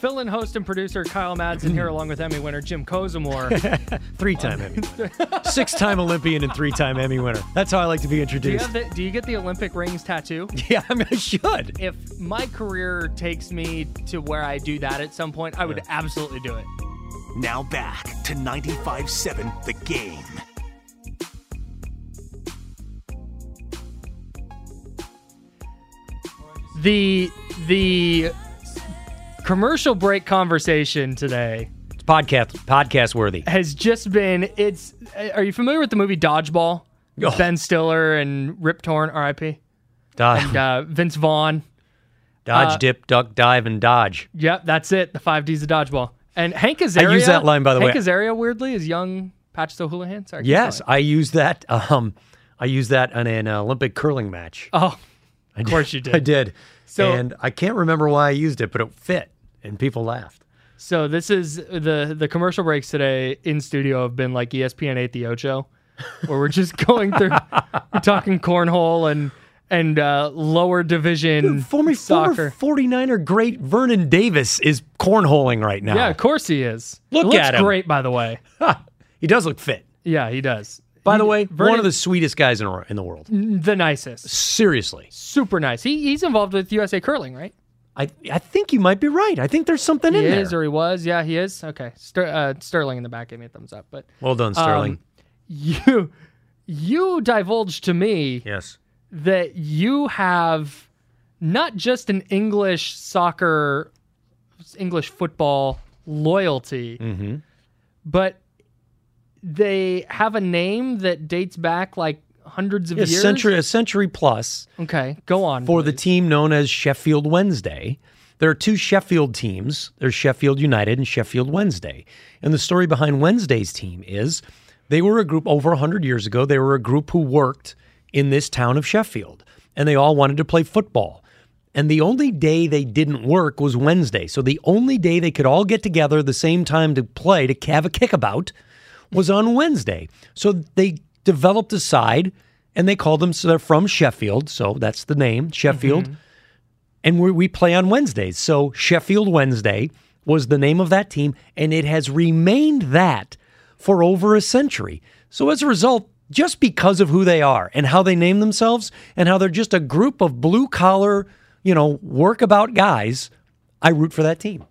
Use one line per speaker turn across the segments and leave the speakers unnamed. Fill in host and producer Kyle Madsen here along with Emmy winner Jim Cozumore.
Three time Emmy winner. Six time Olympian and three time Emmy winner. That's how I like to be
do, you
introduced.
have the, do you get the Olympic rings tattoo?
yeah, I mean, I should.
If my career takes me to where I do that at some point, I would absolutely do it.
Now back to 95.7 The Game.
The the commercial break conversation today
It's podcast podcast worthy.
has just been it's are you familiar with the movie Dodgeball? With
Oh.
Ben Stiller and Rip Torn, RIP.
Dodge,
Uh, Vince Vaughn.
dodge, dip, duck, dive, and dodge.
Yep, that's it. The five D's of dodgeball. And Hank Azaria.
I use that line, by the
Hank
way.
Azaria, weirdly, is young Patches O'Houlihan. Sorry. keep
Yes,
going.
I used that. Um, I used that in an uh, Olympic curling match.
Oh,
Of
course you did.
I did.
So-
and I can't remember why I used it, but it fit, and people laughed.
so this is the the commercial breaks today in studio have been like E ESPN eight the Ocho, where we're just going through, we're talking cornhole and and uh, lower division
Former,
soccer.
former 49er great Vernon Davis is cornholing right now.
yeah, of course he is.
Look
He looks
at him.
Great, by the way.
He does look fit.
Yeah, he does.
By
He-
the way,
Vernon- Mm.
one of the sweetest guys in, in the world.
the nicest,
Seriously.
super nice. He he's involved with USA Curling, right?
I, I think you might be right. I think there's something
He
in
is
there.
or he was. Yeah, he is. Okay. Ster- uh, Sterling in the back gave me a thumbs up. But
well done, Sterling.
Um, you you divulged to me
yes.
that you have not just an English soccer English football loyalty,
Mm-hmm.
but they have a name that dates back like hundreds of
A
years.
century, a century plus
Okay, go on.
for the
please.
team known as Sheffield Wednesday. There are two Sheffield teams. There's Sheffield United and Sheffield Wednesday. And the story behind Wednesday's team is they were a group over 100 years ago. They were a group who worked in this town of Sheffield and they all wanted to play football. And the only day they didn't work was Wednesday. So the only day they could all get together the same time to play, to have a kickabout, was on Wednesday. So they developed a side and they called them, so they're from Sheffield. So that's the name, Sheffield. And we we play on Wednesdays. So Sheffield Wednesday was the name of that team, and it has remained that for over a century. So as a result, just because of who they are and how they name themselves and how they're just a group of blue collar, you know, workabout guys, I root for that team.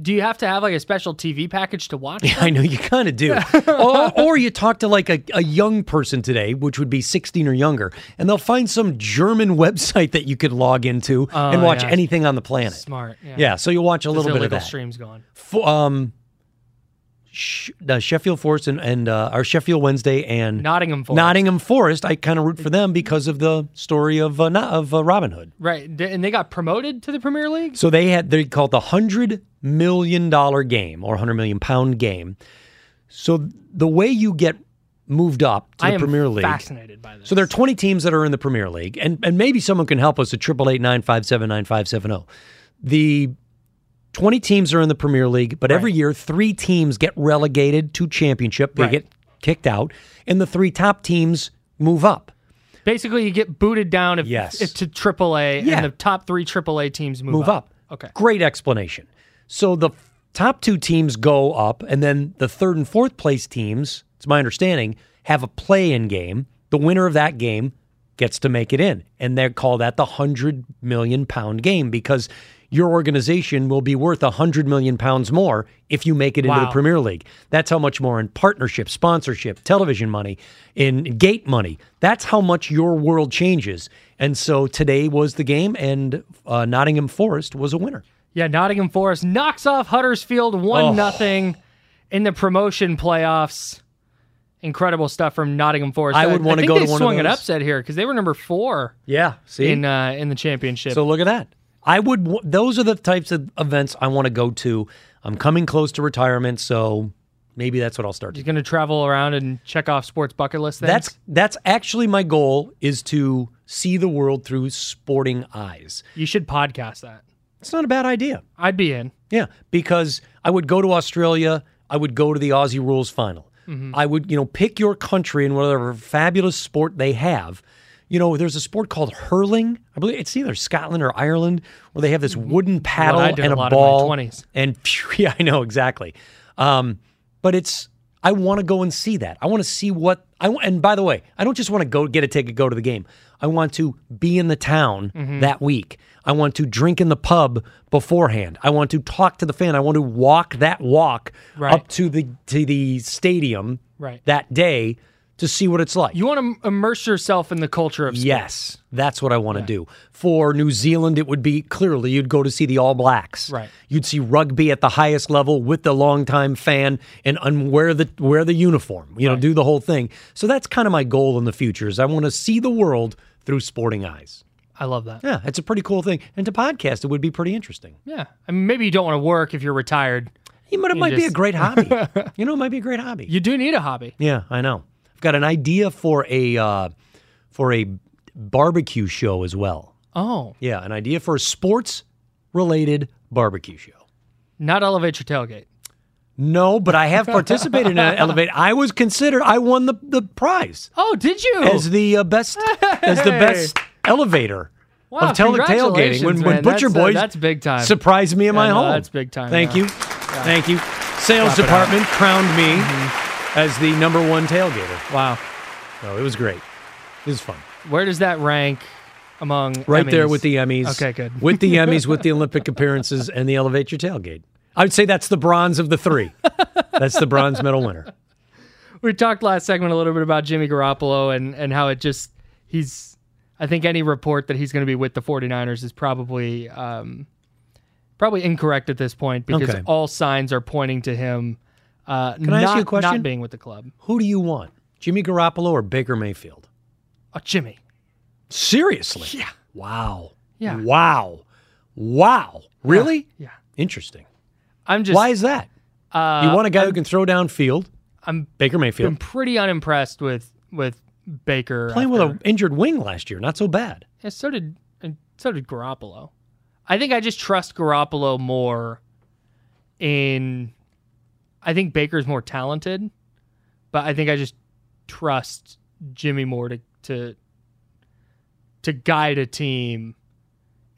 Do you have to have like a special TV package to watch?
I know you kind of do. or, or you talk to like a, a young person today, which would be 16 or younger, and they'll find some German website that you could log into and watch
Oh, yeah.
anything on the planet.
Smart. Yeah.
Yeah, so you'll watch a
This
little bit of
illegal
that.
streams gone.
F- um, Sh- uh, Sheffield Forest and, and uh, our Sheffield Wednesday and
Nottingham Forest.
Nottingham Forest. I kind of root for them because of the story of uh, not, of uh, Robin Hood.
Right. Th- And they got promoted to the Premier League?
So they had they called the hundred million dollar game or hundred million pound game. So the way you get moved up to
I
the
am
Premier League.
fascinated by this.
So there are 20 teams that are in the Premier League, and and maybe someone can help us at triple eight nine five seven nine five seven zero. The 20 teams are in the Premier League, but every year three teams get relegated to Championship. They
Right.
get kicked out, and the three top teams move up.
Basically, you get booted down if,
Yes.
if to AAA,
Yeah.
and the top three AAA teams move,
move up.
Okay.
Great explanation. So the f- top two teams go up, and then the third and fourth place teams, it's my understanding, have a play in game. The winner of that game gets to make it in. And they call that the 100 million pound game because your organization will be worth 100 million pounds more if you make it into
Wow.
the Premier League. That's how much more in partnership, sponsorship, television money, in gate money. That's how much your world changes. And so today was the game, and uh, Nottingham Forest was a winner.
Yeah, Nottingham Forest knocks off Huddersfield 1
Oh.
nothing in the promotion playoffs. Incredible stuff from Nottingham Forest.
I would wanna
think
go
they
to one of
swung an
those.
upset here because they were number four
Yeah. See?
in uh, in the championship.
so look at that. I would. W- those are the types of events I want to go to. I'm coming close to retirement, so maybe that's what I'll start to
He's going to travel around and check off sports bucket list things.
That's that's actually my goal is to see the world through sporting eyes.
you should podcast that.
It's not a bad idea.
I'd be in.
Yeah, because I would go to Australia, I would go to the Aussie
Mm-hmm.
Rules final. I would, you know, pick your country and whatever fabulous sport they have. You know, there's a sport called hurling. I believe it's either Scotland or Ireland where they have this wooden paddle
Mm-hmm. I did
and
a
a,
lot in my
ball.
20s.
And phew, yeah, I know exactly. Um, but it's I want to go and see that. I want to see what I wa- and by the way, I don't just want to go get a ticket, go to the game. I want to be in the town
Mm-hmm.
that week. I want to drink in the pub beforehand. I want to talk to the fan. I want to walk that walk
Right.
up to the to the stadium
Right.
that day to see what it's like.
You want to immerse yourself in the culture of sports.
Yes, that's what I want to do. For New Zealand, it would be clearly you'd go to see the All Blacks.
Right.
You'd see rugby at the highest level with the longtime fan and, and wear the wear the uniform. You know, do the whole thing. So that's kind of my goal in the future is I want to see the world through sporting eyes.
I love that.
Yeah, it's a pretty cool thing. And to podcast, it would be pretty interesting.
Yeah. I mean, maybe you don't want to work if you're retired.
You might, it might be a
just-
great hobby. you know, it might be a great hobby.
You do need a hobby.
Yeah, I know. I've got an idea for a uh, for a barbecue show as well.
Oh,
Yeah, an idea for a sports related barbecue show.
not elevate your tailgate.
No, but I have participated in an Elevate. I was considered. I won the, the prize
Oh, did you?
as the uh, best as the best elevator
Wow,
of tele- tailgating.
congratulations,
When,
man.
when Butcher
That's, uh,
Boys
that's big time.
surprised me in my
no,
home.
that's big time,
Thank
yeah.
you, thank you. Sales
Clap it Mm-hmm. up.
department crowned me as the number one tailgater.
wow.
Oh, it was great. It was fun.
Where does that rank among
Right there
Emmys?
with the Emmys.
Okay, good.
With the Emmys, with the Olympic appearances, and the Elevate Your Tailgate. I would say that's the bronze of the three. That's the bronze medal winner. uh,
we talked last segment a little bit about Jimmy Garoppolo and and how it just he's I think any report that he's going to be with the 49ers is probably um probably incorrect at this point because
Okay.
all signs are pointing to him uh Can
I
not,
ask you a question?
not being with the club.
Who do you want, Jimmy Garoppolo or Baker Mayfield?
Oh, Jimmy.
Seriously? Yeah. Wow.
Yeah.
Wow. Wow. Really?
Yeah.
Interesting.
I'm just
Why is that?
uh,
you want a guy who can throw downfield?
I'm-
Baker Mayfield
I'm pretty unimpressed with with Baker
playing with
after-
an injured wing last year. Not so bad.
Yeah, so did and so did Garoppolo. I think I just trust Garoppolo more. In, I think Baker's more talented, but I think I just trust Jimmy more to to to guide a team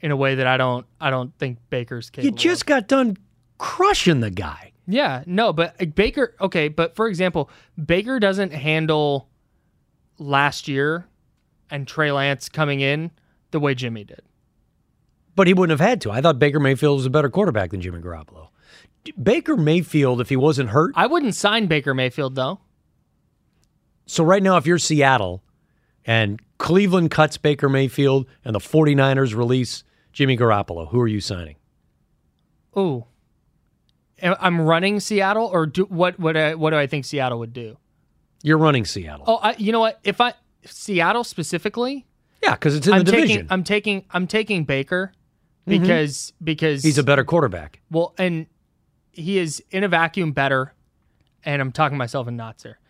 in a way that I don't I don't think Baker's capable.
You
of.
just got done crushing the guy.
Yeah, no, but uh, Baker, okay, but for example, Baker doesn't handle last year and Trey Lance coming in the way Jimmy did.
but he wouldn't have had to. I thought Baker Mayfield was a better quarterback than Jimmy Garoppolo. D- Baker Mayfield, if he wasn't hurt,
I wouldn't sign Baker Mayfield though.
so right now, if you're Seattle and Cleveland cuts Baker Mayfield and the 49ers release Jimmy Garoppolo, who are you signing?
Ooh, Am- I'm running Seattle, or do, what? What? I, what do I think Seattle would do?
You're running Seattle.
Oh, I, you know what? If I Seattle specifically,
yeah, because it's in
I'm
the
taking,
division. Mm-hmm.
I'm taking, I'm taking Baker because because
He's a better quarterback.
Well, and he is in a vacuum better, and I'm talking myself in knots here.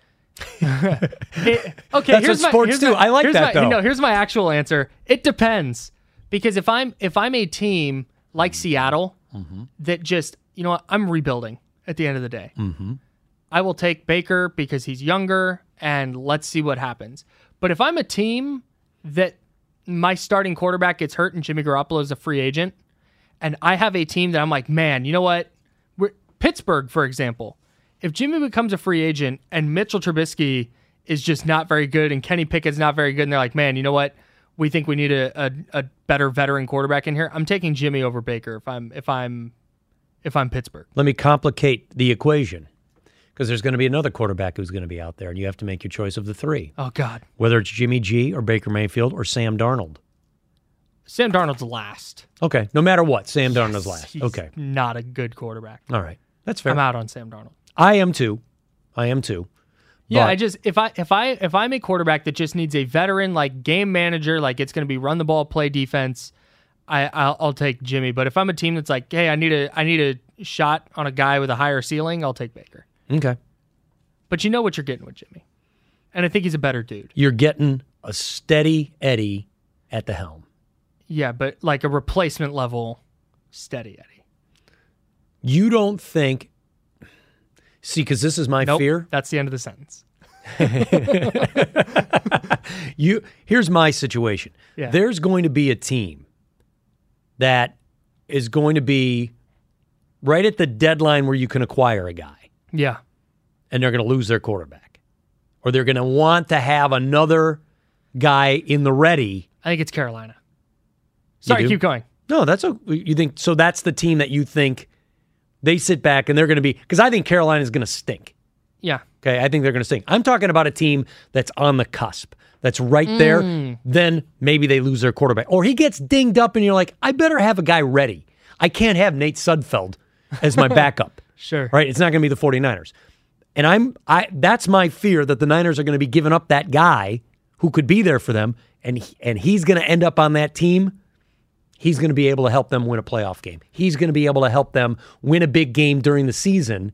It- okay,
That's
here's
what
my-
sports
here's
do.
my-
I like
here's
that,
my-
though.
No, here's my actual answer. It depends because if I'm if I'm a team like Seattle
Mm-hmm.
that just you know what, I'm rebuilding at the end of the day.
Mm-hmm.
I will take Baker because he's younger and let's see what happens. But if I'm a team that my starting quarterback gets hurt and Jimmy Garoppolo is a free agent, and I have a team that I'm like, man, you know what? We're, Pittsburgh, for example, if Jimmy becomes a free agent and Mitchell Trubisky is just not very good and Kenny Pickett's not very good, and they're like, man, you know what? We think we need a, a, a better veteran quarterback in here. I'm taking Jimmy over Baker if I'm if I'm if I'm Pittsburgh.
Let me complicate the equation because there's going to be another quarterback who's going to be out there, and you have to make your choice of the three,
Oh God,
whether it's Jimmy G or Baker Mayfield or Sam Darnold.
Sam Darnold's last.
Okay, no matter what, Sam Darnold's last.
He's
Okay,
not a good quarterback.
all right, that's fair.
I'm out on Sam Darnold.
I am too. I am too.
Yeah,
But-
I just if I if I if I'm a quarterback that just needs a veteran like game manager, like it's going to be run the ball, play defense, I I'll, I'll take Jimmy. But if I'm a team that's like, hey, I need a I need a shot on a guy with a higher ceiling, I'll take Baker.
Okay.
But you know what you're getting with Jimmy, and I think he's a better dude.
You're getting a steady Eddie at the helm.
Yeah, but like a replacement level, steady Eddie.
You don't think, see, because this is my
Nope,
fear.
That's the end of the sentence.
You here's my situation.
Yeah.
There's going to be a team that is going to be right at the deadline where you can acquire a guy
Yeah.
and they're going to lose their quarterback. Or they're going to want to have another guy in the ready.
I think it's Carolina. Sorry,
do?
keep going.
No, that's a you think so that's the team that you think they sit back and they're going to be cuz I think Carolina's going to stink.
Yeah.
Okay, I think they're going to stink. I'm talking about a team that's on the cusp, that's right there. Then maybe they lose their quarterback, or he gets dinged up, and you're like, I better have a guy ready. I can't have Nate Sudfeld as my backup.
Sure.
Right? It's not going to be the 49ers. And I'm I that's my fear that the Niners are going to be giving up that guy who could be there for them and he- and he's going to end up on that team. He's going to be able to help them win a playoff game. He's going to be able to help them win a big game during the season.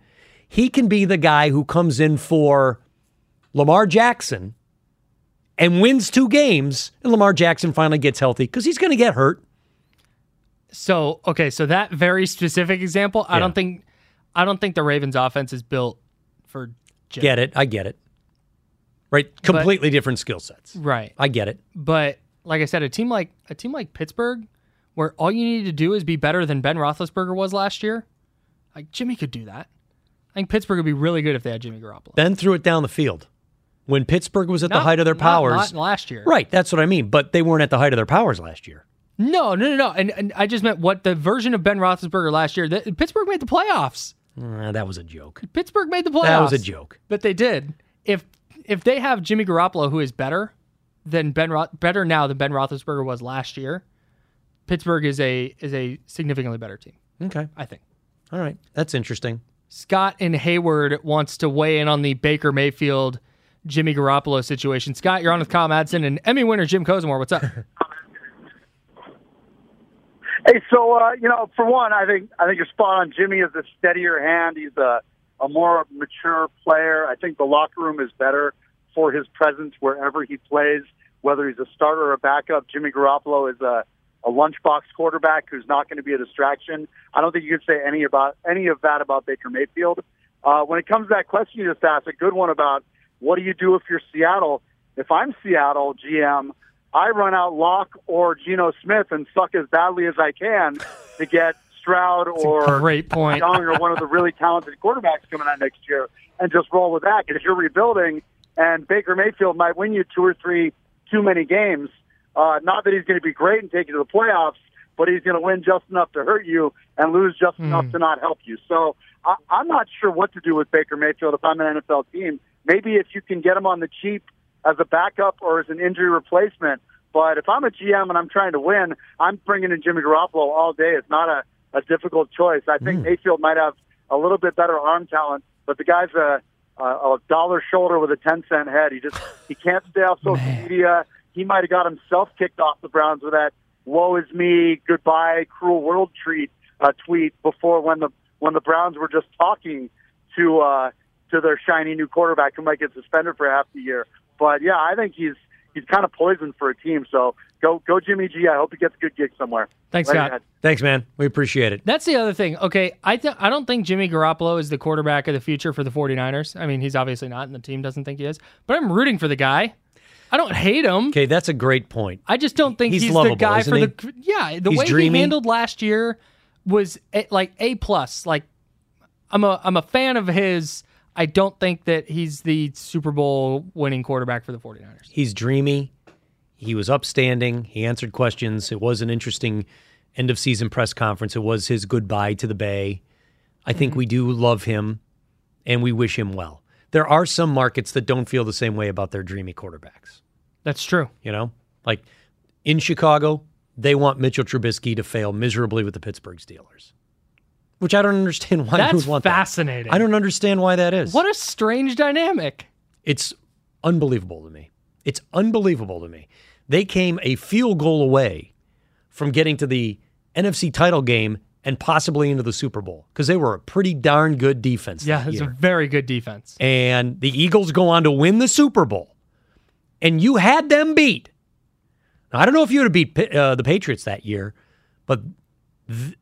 He can be the guy who comes in for Lamar Jackson and wins two games and Lamar Jackson finally gets healthy cuz he's going to get hurt.
So okay, so that very specific example, I
Yeah.
don't think, I don't think the Ravens' offense is built for Jim.
Get it? I get it. Right? Completely different skill sets.
right.
I get it.
But like I said, a team like a team like Pittsburgh, where all you need to do is be better than Ben Roethlisberger was last year, like Jimmy could do that. I think Pittsburgh would be really good if they had Jimmy Garoppolo.
Ben threw it down the field when Pittsburgh was at the
Not-
height of their
not-
powers.
not last year,
Right, that's what I mean. But they weren't at the height of their powers last year.
No, no, no, no. And, and I just meant what the version of Ben Roethlisberger last year. That, Pittsburgh made the playoffs.
Uh, that was a joke.
Pittsburgh made the playoffs.
That was a joke.
But they did. If if they have Jimmy Garoppolo, who is better than Ben Roth, better now than Ben Roethlisberger was last year, Pittsburgh is a is a significantly better team.
Okay,
I think
all right, that's interesting.
Scott and Hayward wants to weigh in on the Baker Mayfield, Jimmy Garoppolo situation. Scott, you're on with Kyle Madsen and Emmy winner Jim Cosimore. What's up?
Hey, so uh, you know, for one, I think I think you're spot on. Jimmy is a steadier hand. He's a a more mature player. I think the locker room is better for his presence wherever he plays, whether he's a starter or a backup. Jimmy Garoppolo is a a lunchbox quarterback who's not going to be a distraction. I don't think you could say any about any of that about Baker Mayfield. Uh, when it comes to that question you just asked, a good one about what do you do if you're Seattle? If I'm Seattle GM, I run out Locke or Geno Smith and suck as badly as I can to get Stroud or
Great point.
Young or one of the really talented quarterbacks coming out next year and just roll with that. Because you're rebuilding, and Baker Mayfield might win you two or three too many games. Uh, not that he's going to be great and take you to the playoffs, but he's going to win just enough to hurt you and lose just
Hmm.
enough to not help you. So I, I'm not sure what to do with Baker Mayfield if I'm an NFL team. Maybe if you can get him on the cheap as a backup or as an injury replacement. But if I'm a GM and I'm trying to win, I'm bringing in Jimmy Garoppolo all day. It's not a a difficult choice. I think Mayfield might have a little bit better arm talent, but the guy's a, a, a dollar shoulder with a ten cent head. He just he can't stay off social media. He might have got himself kicked off the Browns with that "Woe is me, goodbye, cruel world" treat uh, tweet before when the when the Browns were just talking to uh, to their shiny new quarterback who might get suspended for half the year. But yeah, I think he's he's kind of poisoned for a team. So go go Jimmy G. I hope he gets a good gig somewhere.
Thanks,
Later,
Scott.
guys.
Thanks, man. We appreciate it.
That's the other thing. Okay, I th- I don't think Jimmy Garoppolo is the quarterback of the future for the 49ers. I mean, he's obviously not, and the team doesn't think he is. But I'm rooting for the guy. I don't hate him.
Okay, that's a great point.
I just don't think
He's
he's,
lovable,
the guy
isn't
for
he?
the yeah. The
He's
way
dreamy.
he handled last year was a, like a plus. Like I'm a I'm a fan of his. I don't think that he's the Super Bowl winning quarterback for the 49ers.
He's dreamy. He was upstanding. He answered questions. It was an interesting end of season press conference. It was his goodbye to the Bay. I think we do love him and we wish him well. There are some markets that don't feel the same way about their dreamy quarterbacks.
That's true.
You know, like in Chicago, they want Mitchell Trubisky to fail miserably with the Pittsburgh Steelers, which I don't understand why you
That's
would want
fascinating.
That. I don't understand why that is.
What a strange dynamic.
It's unbelievable to me. It's unbelievable to me. They came a field goal away from getting to the NFC title game and possibly into the Super Bowl because they were a pretty darn good defense.
Yeah,
that
it's
year
a very good defense.
and the Eagles go on to win the Super Bowl, and you had them beat. Now, I don't know if you would have beat Pi- uh, the Patriots that year, but th-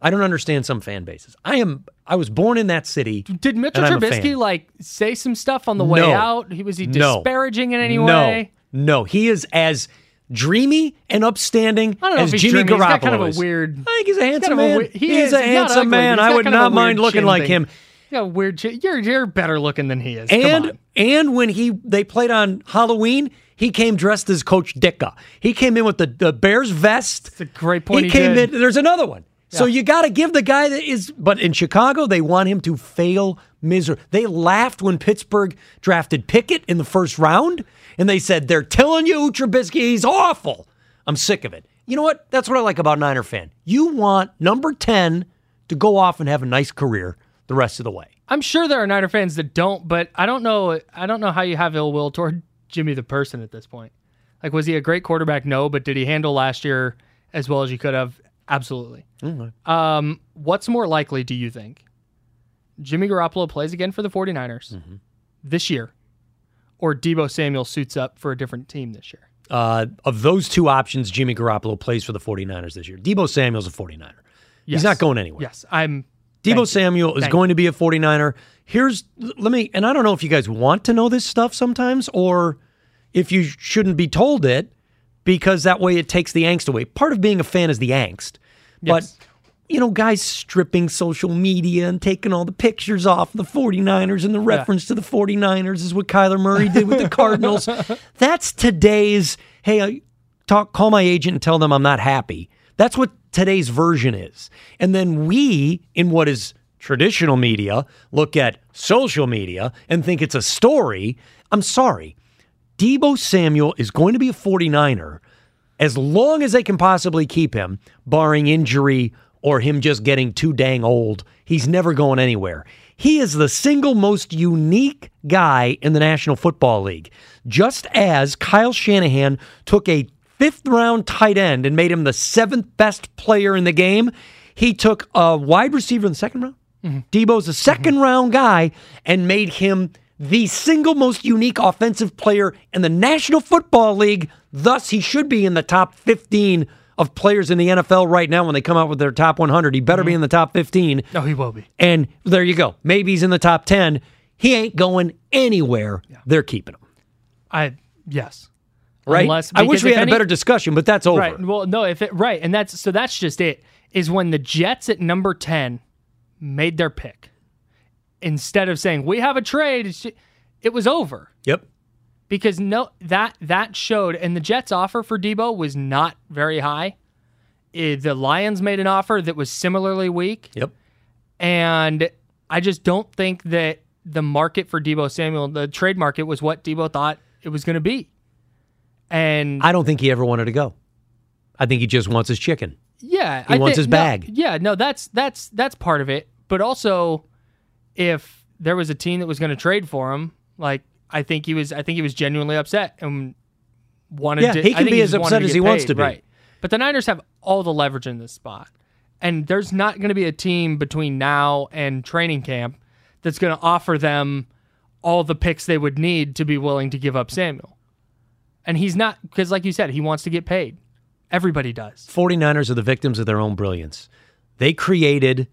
I don't understand some fan bases. I am. I was born in that city.
Did Mitchell
and I'm a fan.
Trubisky like say some stuff on the way
No.
out? He was he
No.
disparaging in any
no.
way?
No, he is as dreamy and upstanding
I don't know
as
if he's
Jimmy
dreamy. He's
Garoppolo
got kind of a
is.
weird-
I think he's a handsome
kind of a
man.
weird- he
he's
is-
a
he's not
handsome
ugly, but
man.
he's got
I would
kind of a
not mind
weird
looking
chin
like
thing.
him.
He's got a weird chin. You're you're better looking than he is. Come
And
on.
and when he they played on Halloween, he came dressed as Coach Dicka. He came in with the, the Bears vest. That's
a great point he
He, came
did.
in. There's another one. So you got to give the guy that is. But in Chicago, they want him to fail miser. They laughed when Pittsburgh drafted Pickett in the first round, and they said they're telling you Trubisky he's awful. I'm sick of it. You know what? That's what I like about Niner fan. You want number ten to go off and have a nice career the rest of the way.
I'm sure there are Niner fans that don't, but I don't know. I don't know how you have ill will toward Jimmy the person at this point. Like, was he a great quarterback? No, but did he handle last year as well as you could have? Absolutely. Um, what's more likely, do you think? Jimmy Garoppolo plays again for the 49ers this year, or Debo Samuel suits up for a different team this year?
Uh, of those two options, Jimmy Garoppolo plays for the 49ers this year. Debo Samuel's a 49er.
Yes.
He's not going anywhere.
Yes, I'm.
Debo
thank you.
Samuel is
Thank
going to be a 49er. Here's, l- let me, and I don't know if you guys want to know this stuff sometimes or if you shouldn't be told it because that way it takes the angst away. Part of being a fan is the angst.
Yes.
But, you know, guys stripping social media and taking all the pictures off the 49ers and the reference to the 49ers is what Kyler Murray did with the Cardinals. That's today's, hey, I- talk, call my agent and tell them I'm not happy. That's what today's version is. And then we, in what is traditional media, look at social media and think it's a story. I'm sorry. Debo Samuel is going to be a 49er as long as they can possibly keep him, barring injury or him just getting too dang old. He's never going anywhere. He is the single most unique guy in the National Football League. Just as Kyle Shanahan took a fifth round tight end and made him the seventh best player in the game, he took a wide receiver in the second round. Debo's a 2nd round guy and made him the single most unique offensive player in the National Football League. Thus, he should be in the top 15 of players in the NFL right now when they come out with their top 100. He better
Mm-hmm.
be in the top 15.
No, he will be.
And there you go. Maybe he's in the top 10. He ain't going anywhere. They're keeping him.
I yes.
Right?
Unless-
I wish
because
we
if
had
any-
a better discussion, but that's over.
Right. Well, no, if it right, and that's so that's just it. Is when the Jets at number ten made their pick. Instead of saying we have a trade, it's ju- it was over
Yep.
because no that that showed, and the Jets' offer for Debo was not very high. Eh, The Lions made an offer that was similarly weak,
Yep.
and I just don't think that the market for Debo Samuel, the trade market, was what Debo thought it was going to be. And
I don't think he ever wanted to go. I think he just wants his chicken.
Yeah,
He wants his
no,
bag.
yeah, no, that's that's that's part of it. But also, if there was a team that was going to trade for him, like I think he was, I think he was genuinely upset and wanted.
Yeah,
to,
he
I
can
think
be
just
as
wanted
upset
to
as
get
he wants
paid,
to be.
Right. But the Niners have all the leverage in this spot, and there's not going to be a team between now and training camp that's going to offer them all the picks they would need to be willing to give up Samuel. And he's not because, like you said, he wants to get paid. Everybody does.
49ers are the victims of their own brilliance. They created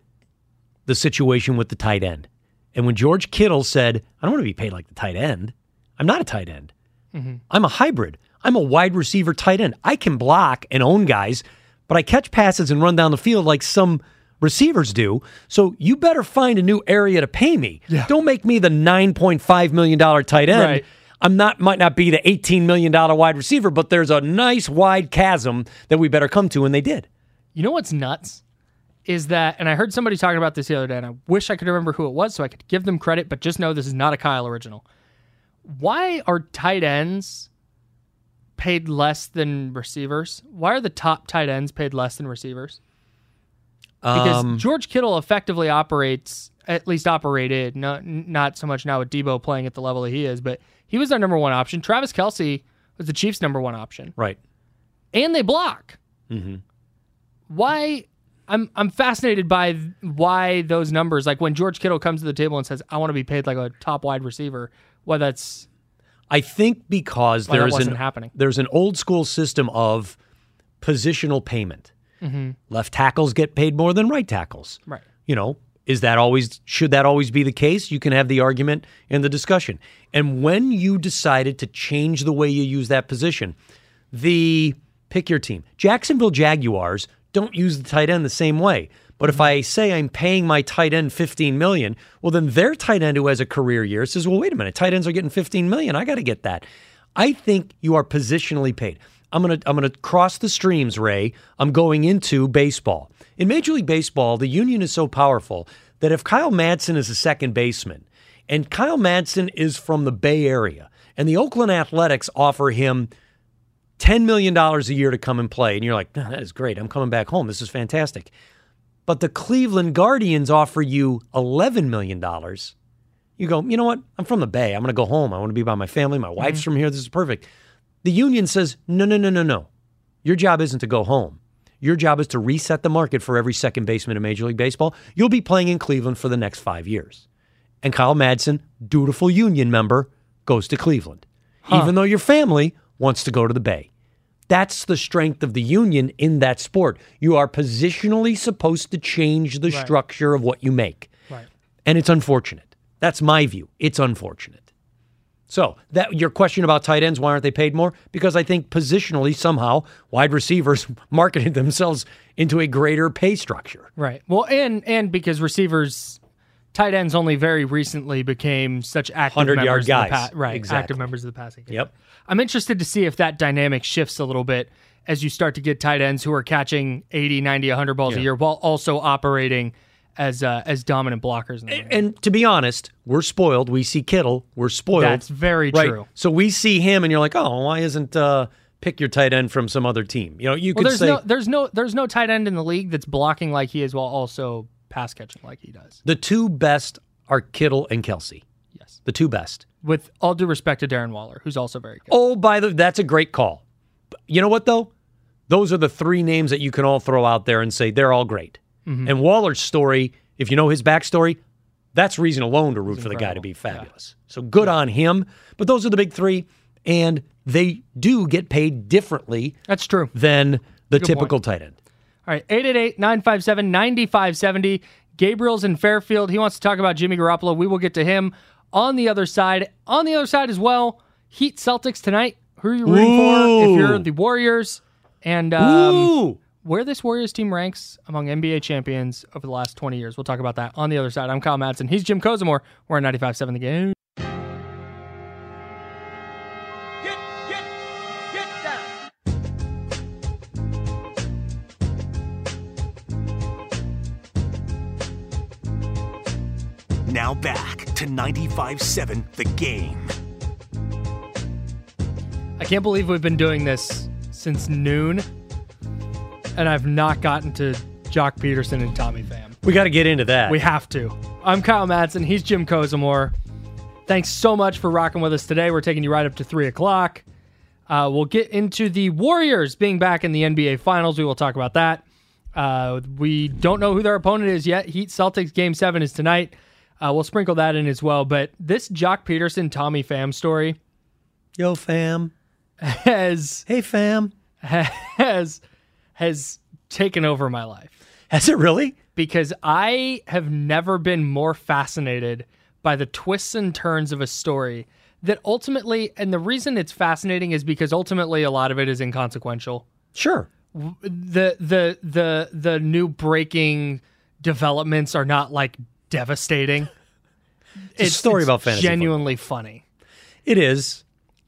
the situation with the tight end. And when George Kittle said, I don't want to be paid like the tight end, I'm not a tight end.
Mm-hmm.
I'm a hybrid. I'm a wide receiver tight end. I can block and own guys, but I catch passes and run down the field like some receivers do. So you better find a new area to pay me. Don't make me the $9.5 million tight end.
Right.
I'm not might not be the $18 million wide receiver, but there's a nice wide chasm that we better come to, and they did.
You know what's nuts is that, and I heard somebody talking about this the other day, and I wish I could remember who it was so I could give them credit, but just know this is not a Kyle original. Why are tight ends paid less than receivers? Why are the top tight ends paid less than receivers? Because
Um,
George Kittle effectively operates, at least operated, no, n- not so much now with Debo playing at the level that he is, but he was their number one option. Travis Kelsey was the Chiefs' number one option
right.
and they block.
Mm-hmm.
Why? I'm I'm fascinated by th- why those numbers. Like when George Kittle comes to the table and says, "I want to be paid like a top wide receiver," why that's
I think because
Why that
there's an
wasn't happening.
there's an old school system of positional payment.
Mm-hmm.
Left tackles get paid more than right tackles.
Right.
You know, is that always should that always be the case? You can have the argument and the discussion. And when you decided to change the way you use that position, the pick your team. Jacksonville Jaguars don't use the tight end the same way. But if I say I'm paying my tight end 15 million, well then their tight end who has a career year says, "Well, wait a minute, tight ends are getting 15 million. I got to get that." I think you are positionally paid. I'm gonna I'm gonna cross the streams, Ray. I'm going into baseball. In Major League Baseball, the union is so powerful that if Kyle Madsen is a second baseman, and Kyle Madsen is from the Bay Area, and the Oakland Athletics offer him $10 million a year to come and play. And you're like, "No, that is great. I'm coming back home. This is fantastic. But the Cleveland Guardians offer you $11 million. You go, you know what? I'm from the Bay. I'm going to go home. I want to be by my family. My wife's from here. This is perfect. The union says, no, no, no, no, no. Your job isn't to go home. Your job is to reset the market for every second baseman in Major League Baseball. You'll be playing in Cleveland for the next five years. And Kyle Madsen, dutiful union member, goes to Cleveland, even though your family wants to go to the Bay. That's the strength of the union in that sport. You are positionally supposed to change the structure of what you make.
Right.
And it's unfortunate. That's my view. It's unfortunate. So that your question about tight ends, why aren't they paid more? Because I think positionally somehow wide receivers marketed themselves into a greater pay structure.
Right. Well, and and because receivers, tight ends only very recently became such active
100-yard
members
guys.
Of the pa- right,
Exactly.
active members of the passing game.
Yep.
I'm interested to see if that dynamic shifts a little bit as you start to get tight ends who are catching 80, 90, 100 balls a year while also operating as uh, as dominant blockers. In the league.
And to be honest, we're spoiled. We see Kittle, we're spoiled.
That's very
Right.
true.
So we see him, and you're like, oh, why isn't uh, pick your tight end from some other team? You know, you
Well,
could
there's
say
no there's no there's no tight end in the league that's blocking like he is while also pass catching like he does.
the two best are Kittle and Kelsey.
Yes.
The two best.
With all due respect to Darren Waller, who's also very good.
Oh, by the that's a great call. You know what though? Those are the three names that you can all throw out there and say they're all great.
Mm-hmm.
And Waller's story, if you know his backstory, that's reason alone to root for the guy to be fabulous. So good on him. But those are the big three, and they do get paid differently
That's true.
than the typical tight end.
All right, 888 957 9570. Gabriel's in Fairfield. He wants to talk about Jimmy Garoppolo. We will get to him on the other side. On the other side as well, Heat Celtics tonight. Who are you rooting for? If
Ooh.
you're the Warriors, and um,
Ooh.
where this Warriors team ranks among NBA champions over the last 20 years. We'll talk about that on the other side. I'm Kyle Madsen. He's Jim Cozumore. We're on 95.7 The Game.
Now back to 95.7 The Game.
I can't believe we've been doing this since noon, and I've not gotten to Jock Peterson and Tommy Pham.
We got to get into that.
We have to. I'm Kyle Madsen. He's Jim Cozumore. Thanks so much for rocking with us today. We're taking you right up to three o'clock. Uh, we'll get into the Warriors being back in the NBA Finals. We will talk about that. Uh, we don't know who their opponent is yet. Heat Celtics Game Seven is tonight. Uh, we'll sprinkle that in as well. But this Jock Peterson Tommy Pham story
Yo, fam.
has
Hey, fam.
has has taken over my life.
Has it really?
because I have never been more fascinated by the twists and turns of a story that ultimately, and the reason it's fascinating is because ultimately a lot of it is inconsequential.
Sure.
The the the the new breaking developments are not like devastating. It's,
story about fantasy football.
Genuinely funny.
It is.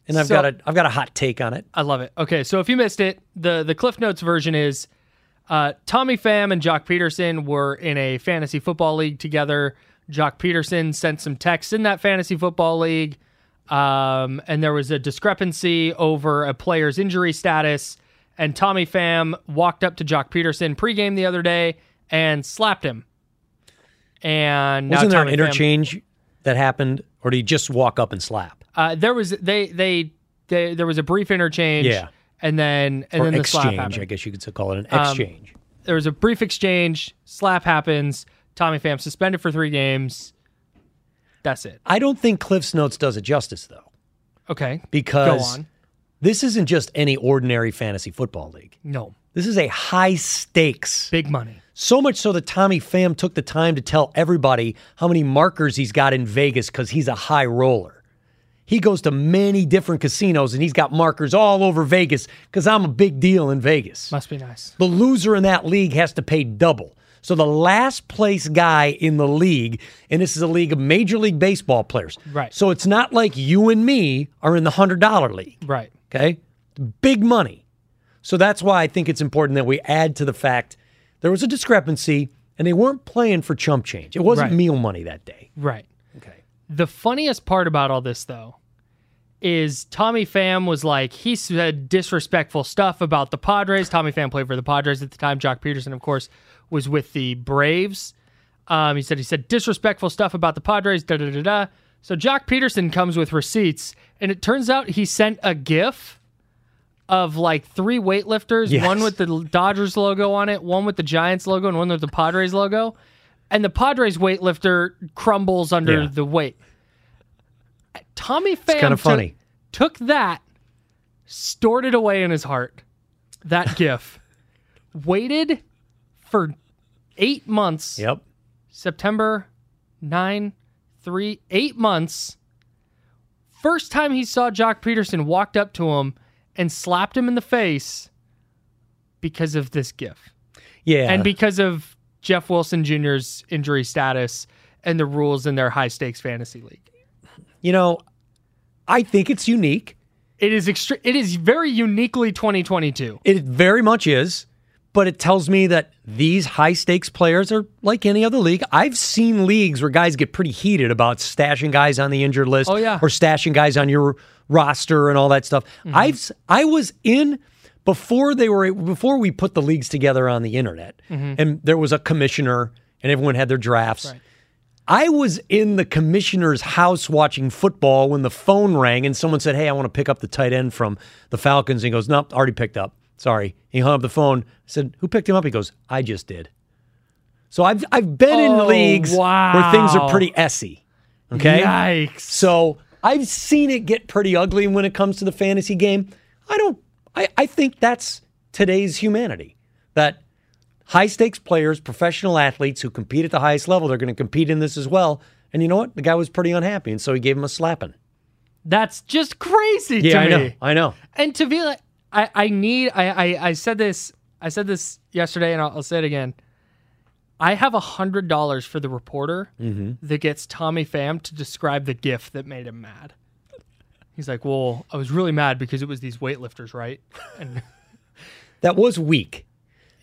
And I've
So-
got a I've got a hot take on it.
I love it. Okay, so if you missed it, the the Cliff Notes version is uh, Tommy Pham and Jock Peterson were in a fantasy football league together. Jock Peterson sent some texts in that fantasy football league, um, and there was a discrepancy over a player's injury status. And Tommy Pham walked up to Jock Peterson pregame the other day and slapped him. And now
Wasn't there an
Tommy Pham-
interchange that happened, or did he just walk up and slap?
Uh, there was they, they they there was a brief interchange.
Yeah.
And then and
or
then the slap
exchange,
happened. Um,
I guess you could still call it an exchange.
there was a brief exchange. Slap happens. Tommy Pham suspended for three games. That's it.
I don't think Cliff's Notes does it justice, though,
Okay.
because
on.
This isn't just any ordinary fantasy football league.
No,
This is a high stakes.
big money.
So much so that Tommy Pham took the time to tell everybody how many markers he's got in Vegas because he's a high roller. He goes to many different casinos and he's got markers all over Vegas because I'm a big deal in Vegas.
Must be nice.
The loser in that league has to pay double. So the last place guy in the league, and this is a league of Major League Baseball players.
Right.
So it's not like you and me are in the $100 league.
Right.
Okay. Big money. So that's why I think it's important that we add to the fact there was a discrepancy and they weren't playing for chump change. It wasn't
Right.
meal money that day.
Right.
Okay.
The funniest part about all this, though, is Tommy Pham was like, he said disrespectful stuff about the Padres. Tommy Pham played for the Padres at the time. Jock Peterson, of course, was with the Braves. Um, he said he said disrespectful stuff about the Padres, da da da da. So Jock Peterson comes with receipts, and it turns out he sent a GIF of like three weightlifters,
Yes.
one with the Dodgers logo on it, one with the Giants logo, and one with the Padres logo. And the Padres weightlifter crumbles under
Yeah.
the weight. Tommy Pham
kinda
took-
funny.
took that, stored it away in his heart, that GIF, waited for eight months.
Yep.
September 9, 3, 8 months. First time he saw Jock Peterson walked up to him and slapped him in the face because of this gif.
Yeah.
And because of Jeff Wilson Jr.'s injury status and the rules in their high stakes fantasy league.
you know, I think it's unique.
It is extre- it is very uniquely 2022.
It very much is, but it tells me that these high stakes players are like any other league. I've seen leagues where guys get pretty heated about stashing guys on the injured list
Oh, yeah. Mm-hmm.
or stashing guys on your roster and all that stuff. I've s- I was in before they were before we put the leagues together on the internet
Mm-hmm.
and there was a commissioner and everyone had their drafts. I was in the commissioner's house watching football when the phone rang and someone said, Hey, I want to pick up the tight end from the Falcons. And he goes, Nope, already picked up. Sorry. He hung up the phone. I said, Who picked him up? He goes, I just did. So I've I've been
Oh,
in leagues where things are
wow.
pretty essy. Okay.
Yikes.
So I've seen it get pretty ugly when it comes to the fantasy game. I don't I, I think that's today's humanity. That high stakes players, professional athletes who compete at the highest level, they're gonna compete in this as well. And you know what? The guy was pretty unhappy, and so he gave him a slapping.
That's just crazy to
I
me.
know. I know.
and to be like, I, I need, I, I, I said this, I said this yesterday, and I'll, I'll say it again. I have a hundred dollars for the reporter
Mm-hmm.
that gets Tommy Pham to describe the gif that made him mad. He's like, "Well, I was really mad because it was these weightlifters, right?" And
That was weak.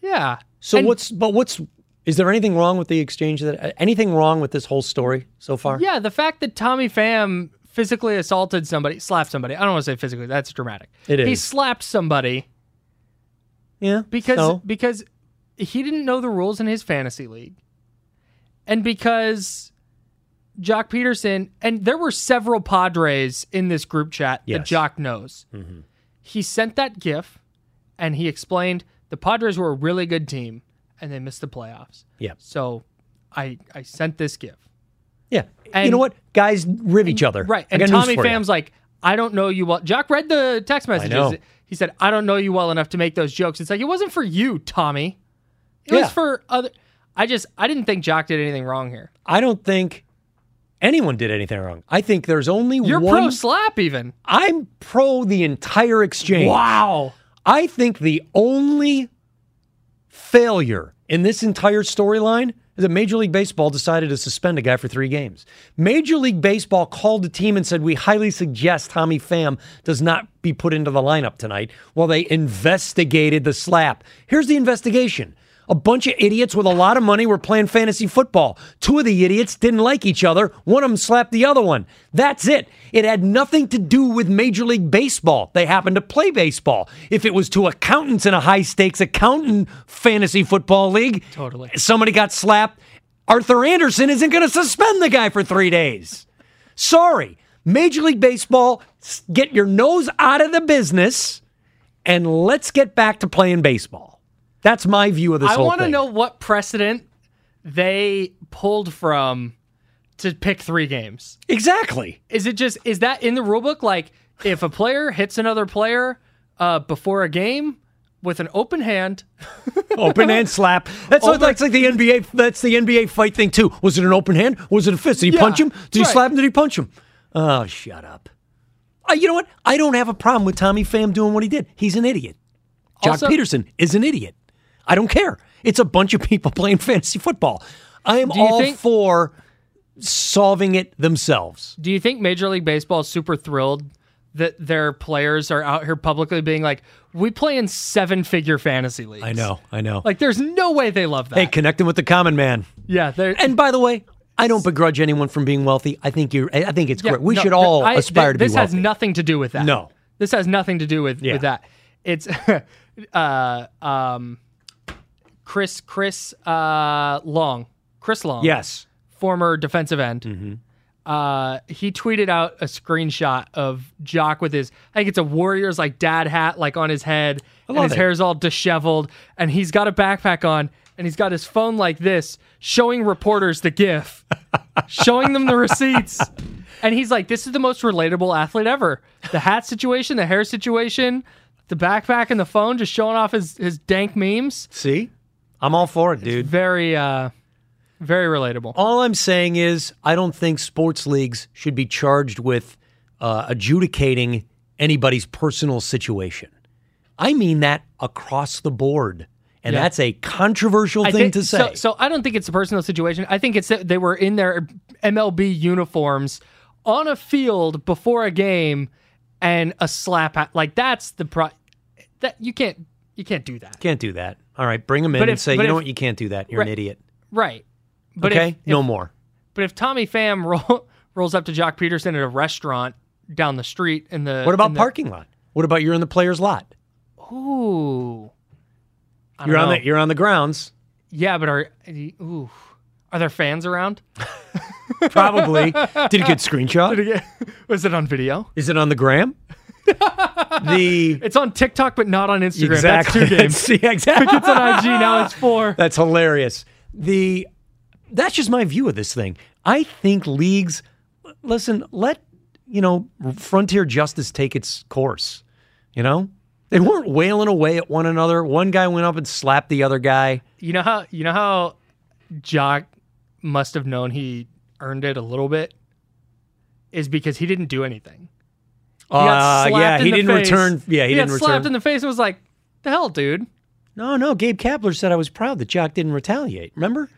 yeah.
So
And-
what's but what's is there anything wrong with the exchange that uh, anything wrong with this whole story so far?
Yeah, the fact that Tommy Pham physically assaulted somebody, slapped somebody. I don't want to say physically; that's dramatic.
It
He
is.
slapped somebody
Yeah.
because
so?
because he didn't know the rules in his fantasy league, and because Jock Peterson and there were several Padres in this group chat that
Yes. Mm-hmm.
Jock knows. He sent that GIF, and he explained the Padres were a really good team, and they missed the playoffs.
Yeah.
So, I I sent this GIF.
Yeah. you
And-
know what? Guys rib each other.
Right.
I
And
got news
Tommy
for you.
Pham's like, I don't know you well. Jock read the text messages.
know.
He said, I don't know you well enough to make those jokes. It's like, it wasn't for you, Tommy. It
Yeah.
was for other. I just, I didn't think Jock did anything wrong here.
I don't think anyone did anything wrong. I think there's only
You're
one.
pro slap, even.
I'm pro the entire exchange.
Wow.
I think the only failure in this entire storyline is that Major League Baseball decided to suspend a guy for three games. Major League Baseball called the team and said, We highly suggest Tommy Pham does not be put into the lineup tonight while they investigated the slap. Here's the investigation. A bunch of idiots with a lot of money were playing fantasy football. Two of the idiots didn't like each other. One of them slapped the other one. That's it. It had nothing to do with Major League Baseball. They happened to play baseball. If it was two accountants in a high stakes accountant fantasy football league,
Totally.
somebody got slapped. Arthur Anderson isn't going to suspend the guy for three days. Sorry. Major League Baseball, s- get your nose out of the business and let's get back to playing baseball. That's my view of this
I
whole
want to
thing.
know what precedent they pulled from to pick three games.
exactly.
Is it just, is that in the rule book? Like, if a player hits another player uh, before a game with an open hand,
open hand slap. That's what,
Over-
that's like the NBA. That's the NBA fight thing too. Was it an open hand? Was it a fist? Did he
Yeah,
punch him? Did he
right.
slap him? Did he punch him? Oh, shut up. Uh, you know what? I don't have a problem with Tommy Pham doing what he did. He's an idiot. Jock
Also-
Peterson is an idiot. I don't care. It's a bunch of people playing fantasy football. I am
you
all
think-
for solving it themselves.
do you think Major League Baseball is super thrilled that their players are out here publicly being like, "We play in seven-figure fantasy leagues"?
I know. I know.
Like, there's no way they love that.
hey, connecting with the common man.
yeah, they're,
And by the way, I don't begrudge anyone from being wealthy. I think you're. I think it's
yeah,
great. We
no,
should all
I-
aspire to be
th-
wealthy.
This has nothing to do with that.
No.
this has nothing to do with
Yeah.
with that. It's uh, um, Chris Chris uh, Long, Chris Long.
Yes.
former defensive end.
Mm-hmm.
Uh, he tweeted out a screenshot of Jock with his, I think it's a Warriors like dad hat like on his head, and
love
his
it.
hair's all disheveled, and he's got a backpack on, and he's got his phone like this, showing reporters the GIF, showing them the receipts, and he's like, "This is the most relatable athlete ever. The hat situation, the hair situation." The backpack and the phone, just showing off his, his dank memes.
See? I'm all for it, dude.
Very, uh, very relatable.
All I'm saying is, I don't think sports leagues should be charged with uh, adjudicating anybody's personal situation. I mean that across the board. And
Yeah.
that's a controversial thing
think-
to say.
So, so I don't think it's a personal situation. I think it's that they were in their MLB uniforms on a field before a game, and a slap at, like that's the pro. That you can't you can't do that.
can't do that. All right, bring them in
But
and
if-
say, you
but
know
if-
what? You can't do that. You're an
Right.
idiot.
Right. But
okay?
if,
no more.
but if Tommy Pham roll, rolls up to Jock Peterson at a restaurant down the street in the
What about
in the-
parking lot? What about you're in the player's lot?
Ooh. I
You're
don't
on
know.
the you're on the grounds.
yeah, but are ooh are there fans around?
Probably. Did you get screenshot?
Was it on video?
Is it on the gram? the
It's on TikTok, but not on Instagram.
Exactly.
That's two games.
See, exactly.
it's on IG now. It's four.
That's hilarious. The that's just my view of this thing. I think leagues listen, let you know, frontier justice take its course. You know? They weren't wailing away at one another. One guy went up and slapped the other guy.
You know how you know how Jock must have known he earned it a little bit is because he didn't do anything. He got
Uh,
slapped
yeah,
in
he
the
didn't
face.
return. Yeah, he,
got
didn't
slapped
return.
in the face and was like, "The hell, dude."
no, no. Gabe Kapler said I was proud that Jock didn't retaliate. Remember?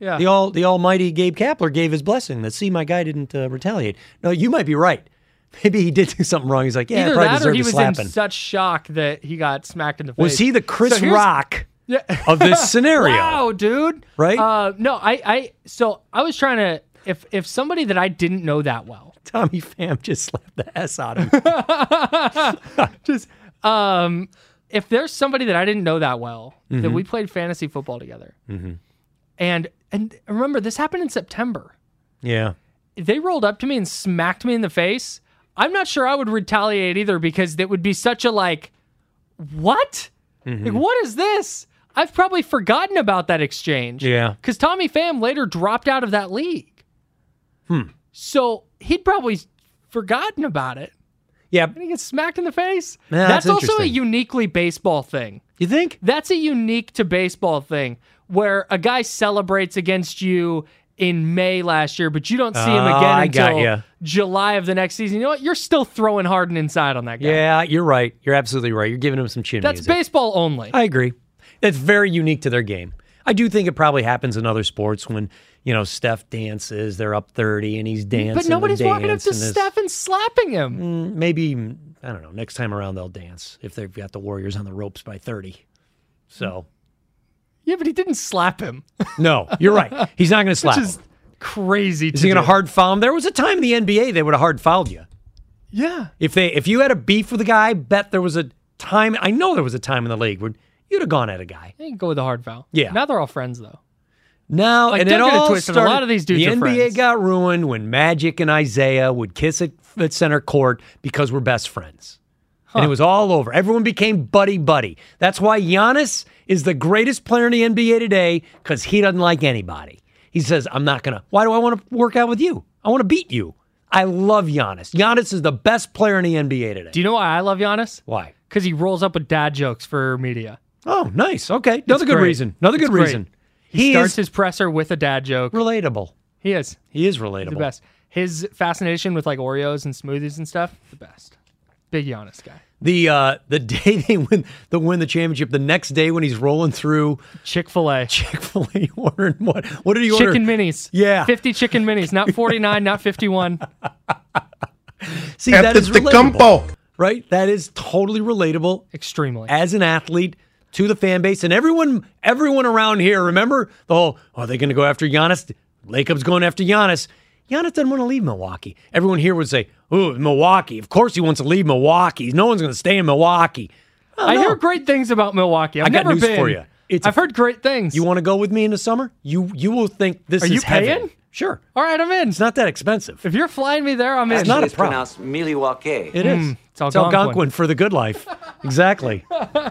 Yeah.
The all the almighty Gabe Kapler gave his blessing that see my guy didn't uh, retaliate. No, you might be right. Maybe he did do something wrong. He's like, yeah,
Either
I probably
that or
deserved
he
a
was
slapping.
in such shock that he got smacked in the face.
was he the Chris
So here's-
Rock
Yeah.
of this scenario?
Wow, dude.
Right?
Uh, no, I, I. So I was trying to. If if somebody that I didn't know that well
Tommy Pham just slapped the S out of him.
just um if there's somebody that I didn't know that well that we played fantasy football together and and remember this happened in September
yeah.
they rolled up to me and smacked me in the face I'm not sure I would retaliate either because that would be such a like what like what is this I've probably forgotten about that exchange
Yeah.
because Tommy Pham later dropped out of that league hmm so he'd probably forgotten about it
Yeah.
and he gets smacked in the face.
Yeah,
that's
that's
also a
interesting.
uniquely baseball thing.
You think?
That's a unique to baseball thing where a guy celebrates against you in May last year, but you don't see him
Oh,
again
I got
until
ya.
July of the next season. You know what? You're still throwing hard and inside on that guy.
Yeah, you're right. You're absolutely right. You're giving him some chin
That's
music.
baseball only.
I agree. That's very unique to their game. I do think it probably happens in other sports when, you know, Steph dances, they're up 30 and he's dancing. Mm.
but
and
nobody's walking up
dance
to
and this-
Steph and slapping him.
maybe I don't know. Next time around, they'll dance if they've got the Warriors on the ropes by thirty. So
Yeah, but he didn't slap him.
no, you're right. He's not going to slap. him.
Just crazy.
Is he going to hard foul him? There was a time in the NBA they would have hard fouled you
Yeah.
if they if you had a beef with a guy. I Bet there was a time. I know there was a time in the league where you'd have gone at a guy.
He can go with the hard foul.
Yeah.
Now they're all friends though.
No, and it
don't get it
all
twisted. A
started-
lot of these dudes
The
are
NBA
friends.
got ruined when Magic and Isaiah would kiss at, at center court because we're best friends, and it was all over. Everyone became buddy buddy. That's why Giannis is the greatest player in the NBA today because he doesn't like anybody. He says, "I'm not gonna. Why do I want to work out with you? I want to beat you. I love Giannis. Giannis is the best player in the NBA today.
Do you know why I love Giannis?
Why?
Because he rolls up with dad jokes for media.
Oh, nice. Okay. Another
It's
good
great.
reason. Another
It's
good
great.
reason.
He,
He
starts
is
his presser with a dad joke.
relatable.
He is
He is relatable.
the best. His fascination with like Oreos and smoothies and stuff, the best. Big Giannis guy.
The uh, the day they win the win the championship, the next day when he's rolling through
Chick Fil A.
Chick Fil A ordering what? What did he order?
Chicken minis.
Yeah.
50 chicken minis, not 49, not 51.
See,
At
that
the
is relatable,
Tecumpo.
right? That is totally relatable
Extremely.
as an athlete to the fan base and everyone. Everyone around here. Remember the whole? Are they going to go after Giannis? Lakup's going after Giannis. Giannis doesn't want to leave Milwaukee. Everyone here would say, "Oh, Milwaukee! Of course he wants to leave Milwaukee. No one's going to stay in Milwaukee."
I hear great things about Milwaukee. I've
I got
never
news
been.
for you. It's a-
I've heard great things.
You want to go with me in the summer? You you will think this
Are
is
you
heaven.
paying?
Sure.
All right, I'm in.
It's not that expensive. It
if you're flying me there, I'm in.
not a
it's
problem.
pronounced Milwaukee.
is.
Mm, it's Algonquin.
for the good life. exactly.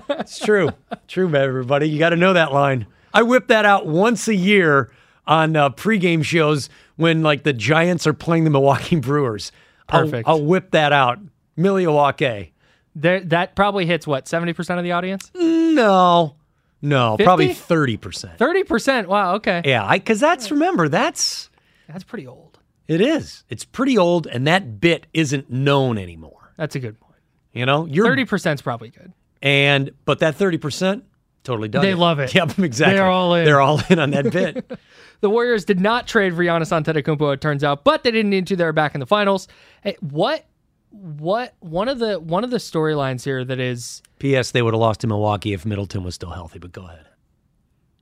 It's true. True, everybody. You got to know that line. I whip that out once a year on uh, pregame shows when like the Giants are playing the Milwaukee Brewers. I'll-
Perfect.
I'll, whip that out. Milwaukee.
There, that probably hits what, 70% of the audience?
No. No,
50?
probably 30%.
30%. Wow, okay.
Yeah, I cuz that's remember, that's
That's pretty old.
It is. It's pretty old, and that bit isn't known anymore.
That's a good point.
You know, you're
30% is probably good.
and but that thirty percent totally done.
They love it.
Yep, exactly.
They're all in.
They're all in on that bit.
The Warriors did not trade for Giannis Antetokounmpo, it turns out, but they didn't need to. They're back in the finals. Hey, what, what? One of the one of the storylines here that is,
P.S. They would have lost to Milwaukee if Middleton was still healthy. But go ahead.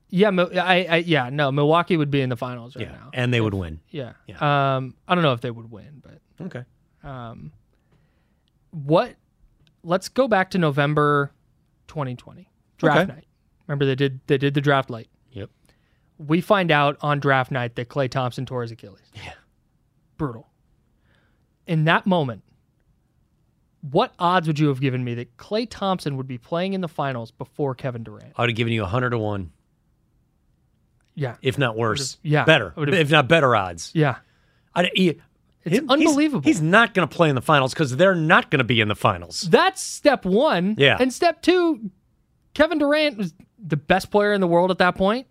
yeah, Mil- I, I, yeah, no, Milwaukee would be in the finals right
Yeah,
now.
and they would win.
Yeah. Um, I don't know if they would win, but
Okay.
what? Let's go back to November, 2020 draft
Okay.
night. Remember they did they did the draft late.
Yep.
We find out on draft night that Clay Thompson tore his Achilles. Yeah. Brutal. In that moment, what odds would you have given me that Clay Thompson would be playing in the finals before Kevin Durant?
I would have given you hundred to one,
Yeah.
if not worse.
yeah,
better.
I would've-
If not better odds.
Yeah.
I'd- he-
It's
him- he's-
unbelievable.
He's, not going to play in the finals because they're not going to be in the finals.
That's step one.
Yeah.
And step two, Kevin Durant was the best player in the world at that point.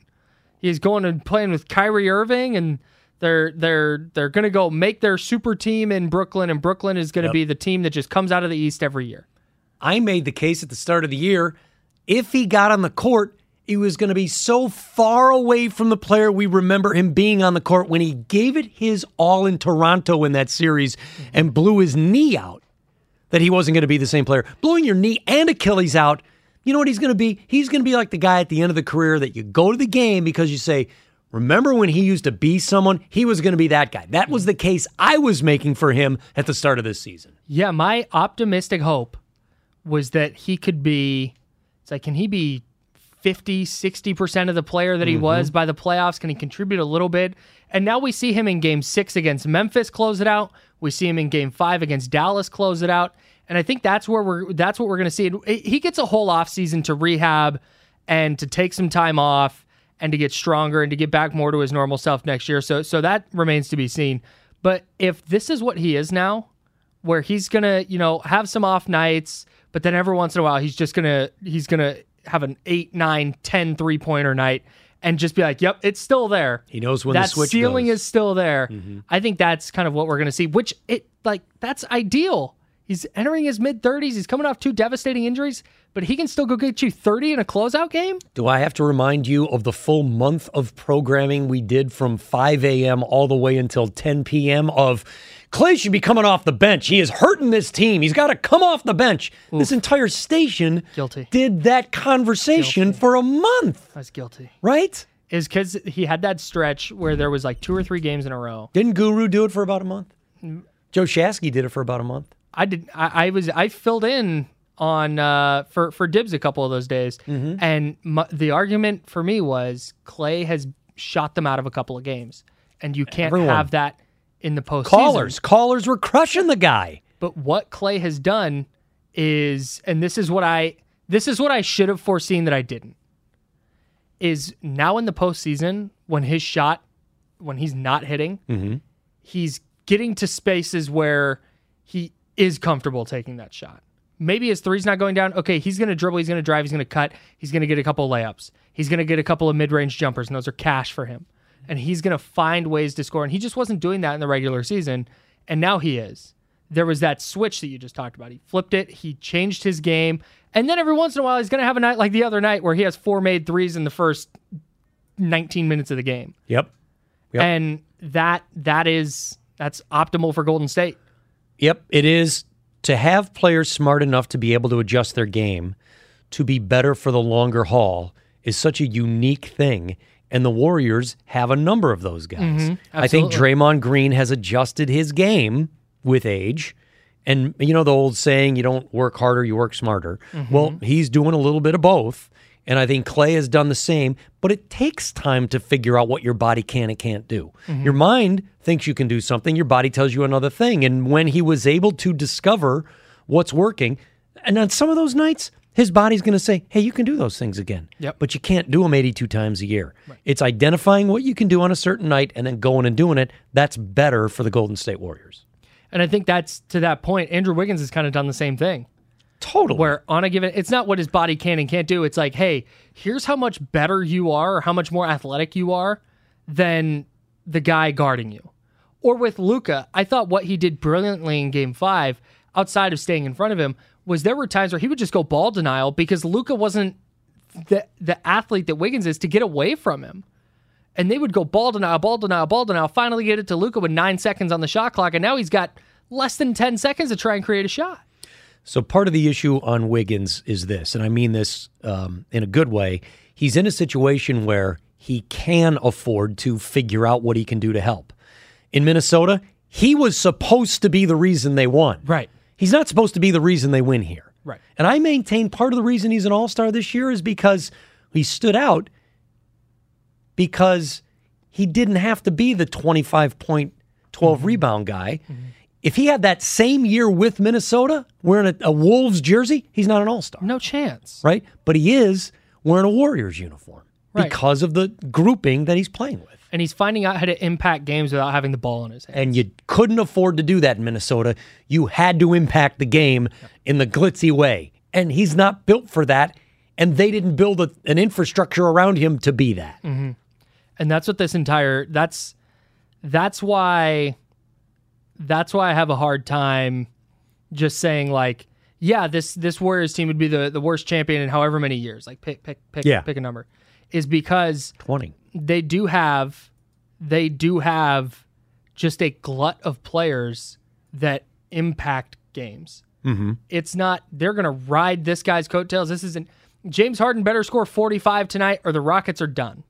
He's going and playing with Kyrie Irving and they're they're they're gonna go make their super team in Brooklyn, and Brooklyn is gonna
Yep.
be the team that just comes out of the East every year.
I made the case at the start of the year if he got on the court, he was going to be so far away from the player we remember him being on the court when he gave it his all in Toronto in that series and blew his knee out that he wasn't going to be the same player. Blowing your knee and Achilles out, you know what he's going to be? He's going to be like the guy at the end of the career that you go to the game because you say, Remember when he used to be someone? He was going to be that guy. That was the case I was making for him at the start of this season.
Yeah, my optimistic hope was that he could be it's like can he be 50, 60% of the player that he was by the playoffs? Can he contribute a little bit? And now we see him in game 6 against Memphis close it out. We see him in game 5 against Dallas close it out. And I think that's where we're that's what we're going to see. And He gets a whole offseason to rehab and to take some time off and to get stronger and to get back more to his normal self next year. So so that remains to be seen. But if this is what he is now, where he's gonna you know have some off nights but then every once in a while he's just gonna he's gonna have an 8 9 10 3 pointer night and just be like yep it's still there
He knows when
that
the switch
ceiling
goes. Mm-hmm.
is still there i think that's kind of what we're gonna see which it like that's ideal he's entering his mid 30s he's coming off two devastating injuries but he can still go get you 30 in a closeout game
Do I have to remind you of the full month of programming we did from 5 a.m. all the way until 10 p.m. of Clay should be coming off the bench. He is hurting this team. He's got to come off the bench. This entire station
Guilty.
did that conversation for a month,
i was guilty
right?
is because he had that stretch where there was like two or three games in a row
Didn't Guru do it for about a month? Joe Shasky did it for about a month.
I did. I, I was. I filled in on uh, for for dibs a couple of those days,
Mm-hmm.
and my, the argument for me was Clay has shot them out of a couple of games, and you can't
Everyone.
have that in the postseason.
Callers, callers were crushing the guy.
But what Clay has done is, and this is what I this is what I should have foreseen that I didn't. Is now in the postseason when his shot, when he's not hitting, he's getting to spaces where he is comfortable taking that shot. Maybe his three's not going down. Okay, he's going to dribble, he's going to drive, he's going to cut, he's going to get a couple layups, he's going to get a couple of mid-range jumpers, and those are cash for him. And he's going to find ways to score. And he just wasn't doing that in the regular season, and now he is. There was that switch that you just talked about. He flipped it. He changed his game. And then every once in a while, he's going to have a night like the other night where he has four made threes in the first 19 minutes of the game.
Yep. Yep.
And that that is that's optimal for Golden State.
Yep, it is to have players smart enough to be able to adjust their game to be better for the longer haul is such a unique thing. And the Warriors have a number of those guys. I think
absolutely.
Draymond Green has adjusted his game with age. And you know the old saying, you don't work harder, you work smarter. Well, he's doing a little bit of both. And I think Clay has done the same, but it takes time to figure out what your body can and can't do. Your mind thinks you can do something, your body tells you another thing. And when he was able to discover what's working, and on some of those nights, his body's going to say, hey, you can do those things again.
Yep.
But you can't do them 82 times a year. It's identifying what you can do on a certain night and then going and doing it. That's better for the Golden State Warriors.
And I think that's to that point. Andrew Wiggins has kind of done the same thing.
Totally.
Where on a given, it's not what his body can and can't do. It's like, hey, here's how much better you are, or how much more athletic you are than the guy guarding you. Or with Luca, I thought what he did brilliantly in Game Five, outside of staying in front of him, was there were times where he would just go ball denial because Luca wasn't the the athlete that Wiggins is to get away from him. and they would go ball denial, ball denial, ball denial. Finally, get it to Luca with nine seconds on the shot clock, and now he's got less than ten seconds to try and create a shot.
So part of the issue on Wiggins is this, and I mean this um, in a good way. He's in a situation where he can afford to figure out what he can do to help. In Minnesota, he was supposed to be the reason they won.
Right.
He's not supposed to be the reason they win here.
Right.
And I maintain part of the reason he's an all star this year is because he stood out because he didn't have to be the 25 point 12
Mm-hmm.
rebound guy. If he had that same year with Minnesota wearing a, a Wolves jersey, he's not an all star,
No chance.
right? But he is wearing a Warriors uniform
Right.
because of the grouping that he's playing with.
And he's finding out how to impact games without having the ball in his hand.
And you couldn't afford to do that in Minnesota. You had to impact the game in the glitzy way. And he's not built for that. And they didn't build a, an infrastructure around him to be that.
Mm. and that's what this entire that's that's why that's why I have a hard time just saying like yeah this this Warriors team would be the the worst champion in however many years like pick pick pick
Yeah.
pick a number is because
20.
they do have they do have just a glut of players that impact games. Mm-hmm. It's not they're gonna ride this guy's coattails. This isn't James Harden better score 45 tonight or the Rockets are done.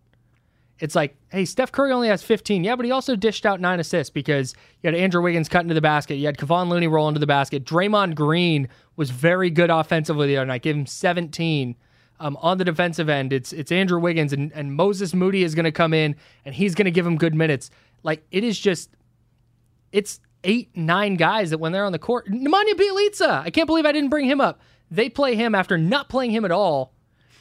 It's like, hey, Steph Curry only has 15. Yeah, but he also dished out nine assists because you had Andrew Wiggins cut into the basket. You had Kevon Looney roll into the basket. Draymond Green was very good offensively the other night. Give him 17. Um, on the defensive end, it's it's Andrew Wiggins and, and Moses Moody is going to come in and he's going to give him good minutes. Like it is just, it's eight nine guys that when they're on the court, Nemanja Bjelica. I can't believe I didn't bring him up. They play him after not playing him at all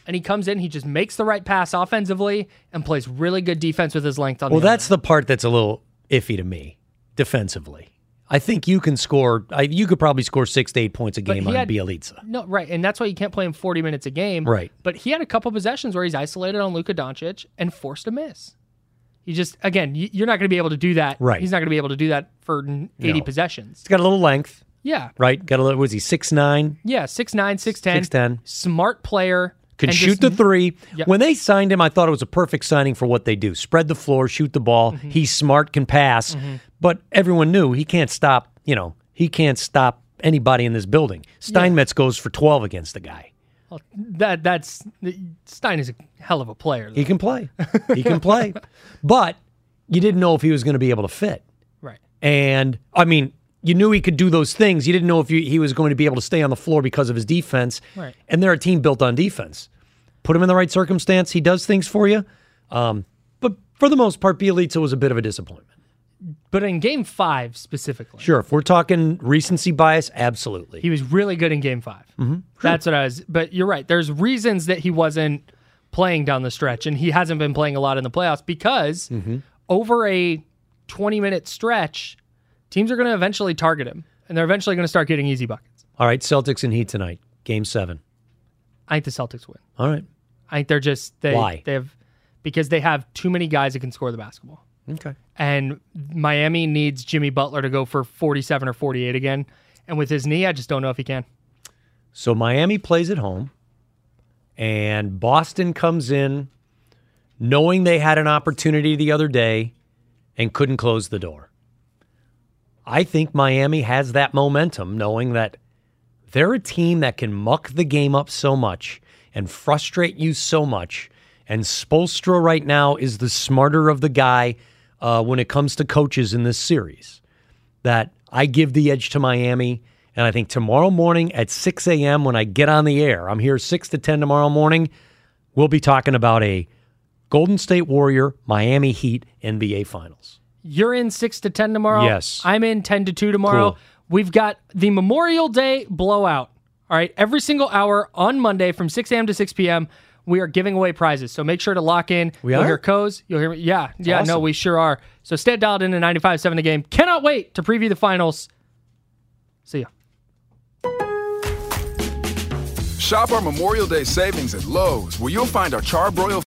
and he comes in, he just makes the right pass offensively and plays really good defense with his length on
Well,
the
that's the part that's a little iffy to me defensively. I think you can score, I, you could probably score six to eight points a game
he
on
had-
Bielitsa.
No, right. And that's why you can't play him 40 minutes a game.
Right.
But he had a couple possessions where he's isolated on Luka Doncic and forced a miss. He just, again, y- you're not going to be able to do that.
Right.
He's not going to be able to do that for n- 80
No.
possessions.
He's got a little length,
Yeah.
right? Got a little, was he 6'9?
Yeah. 6'9, 6'10.
6'10.
Smart player.
Can
and
shoot
just-
the three.
Yep.
When they signed him, I thought it was a perfect signing for what they do. Spread the floor, shoot the ball.
Mm-hmm.
He's smart, can pass. But everyone knew he can't stop, you know, he can't stop anybody in this building. Steinmetz goes for 12 against the guy.
That, that's, Stein is a hell of a player. Though.
He can play. he can play. But you didn't know if he was going to be able to fit.
right.
And I mean, you knew he could do those things. You didn't know if you, he was going to be able to stay on the floor because of his defense.
Right.
And they're a team built on defense. Put him in the right circumstance. He does things for you. Um, but for the most part, Bielitsa was a bit of a disappointment.
But in game five specifically.
Sure, if we're talking recency bias, absolutely.
He was really good in game 5
Mm-hmm.
That's what I was. But you're right. There's reasons that he wasn't playing down the stretch, and he hasn't been
Mm-hmm.
playing a lot in the playoffs because over a 20 minute stretch, Teams are going to eventually target him, and they're eventually going to start getting easy buckets.
All right, Celtics and Heat tonight, Game Seven.
I think the Celtics win.
All right,
I think they're just they
Why?
they have because they have too many guys that can score the basketball.
okay.
and Miami needs Jimmy Butler to go for 47 or 48 again. And with his knee, I just don't know if he can.
So Miami plays at home, and Boston comes in knowing they had an opportunity the other day and couldn't close the door. I think Miami has that momentum, knowing that they're a team that can muck the game up so much and frustrate you so much. And Spolstra right now is the smarter of the guy uh, when it comes to coaches in this series that I give the edge to Miami. And I think tomorrow morning at 6 a.m., when I get on the air, I'm here 6 to 10 tomorrow morning, we'll be talking about a Golden State Warrior Miami Heat NBA Finals.
You're in 6 to 10 tomorrow.
Yes.
I'm in 10 to 2 tomorrow.
Cool.
We've got the Memorial Day blowout. All right. Every single hour on Monday from 6 a.m. to 6 p.m., we are giving away prizes. So make sure to lock in.
We
You'll
are?
hear Co's. You'll hear me. Yeah. Yeah. No,
awesome.
we sure are. So stay dialed in to 95 7 the game. Cannot wait to preview the finals. See ya.
Shop our Memorial Day savings at Lowe's, where you'll find our charbroil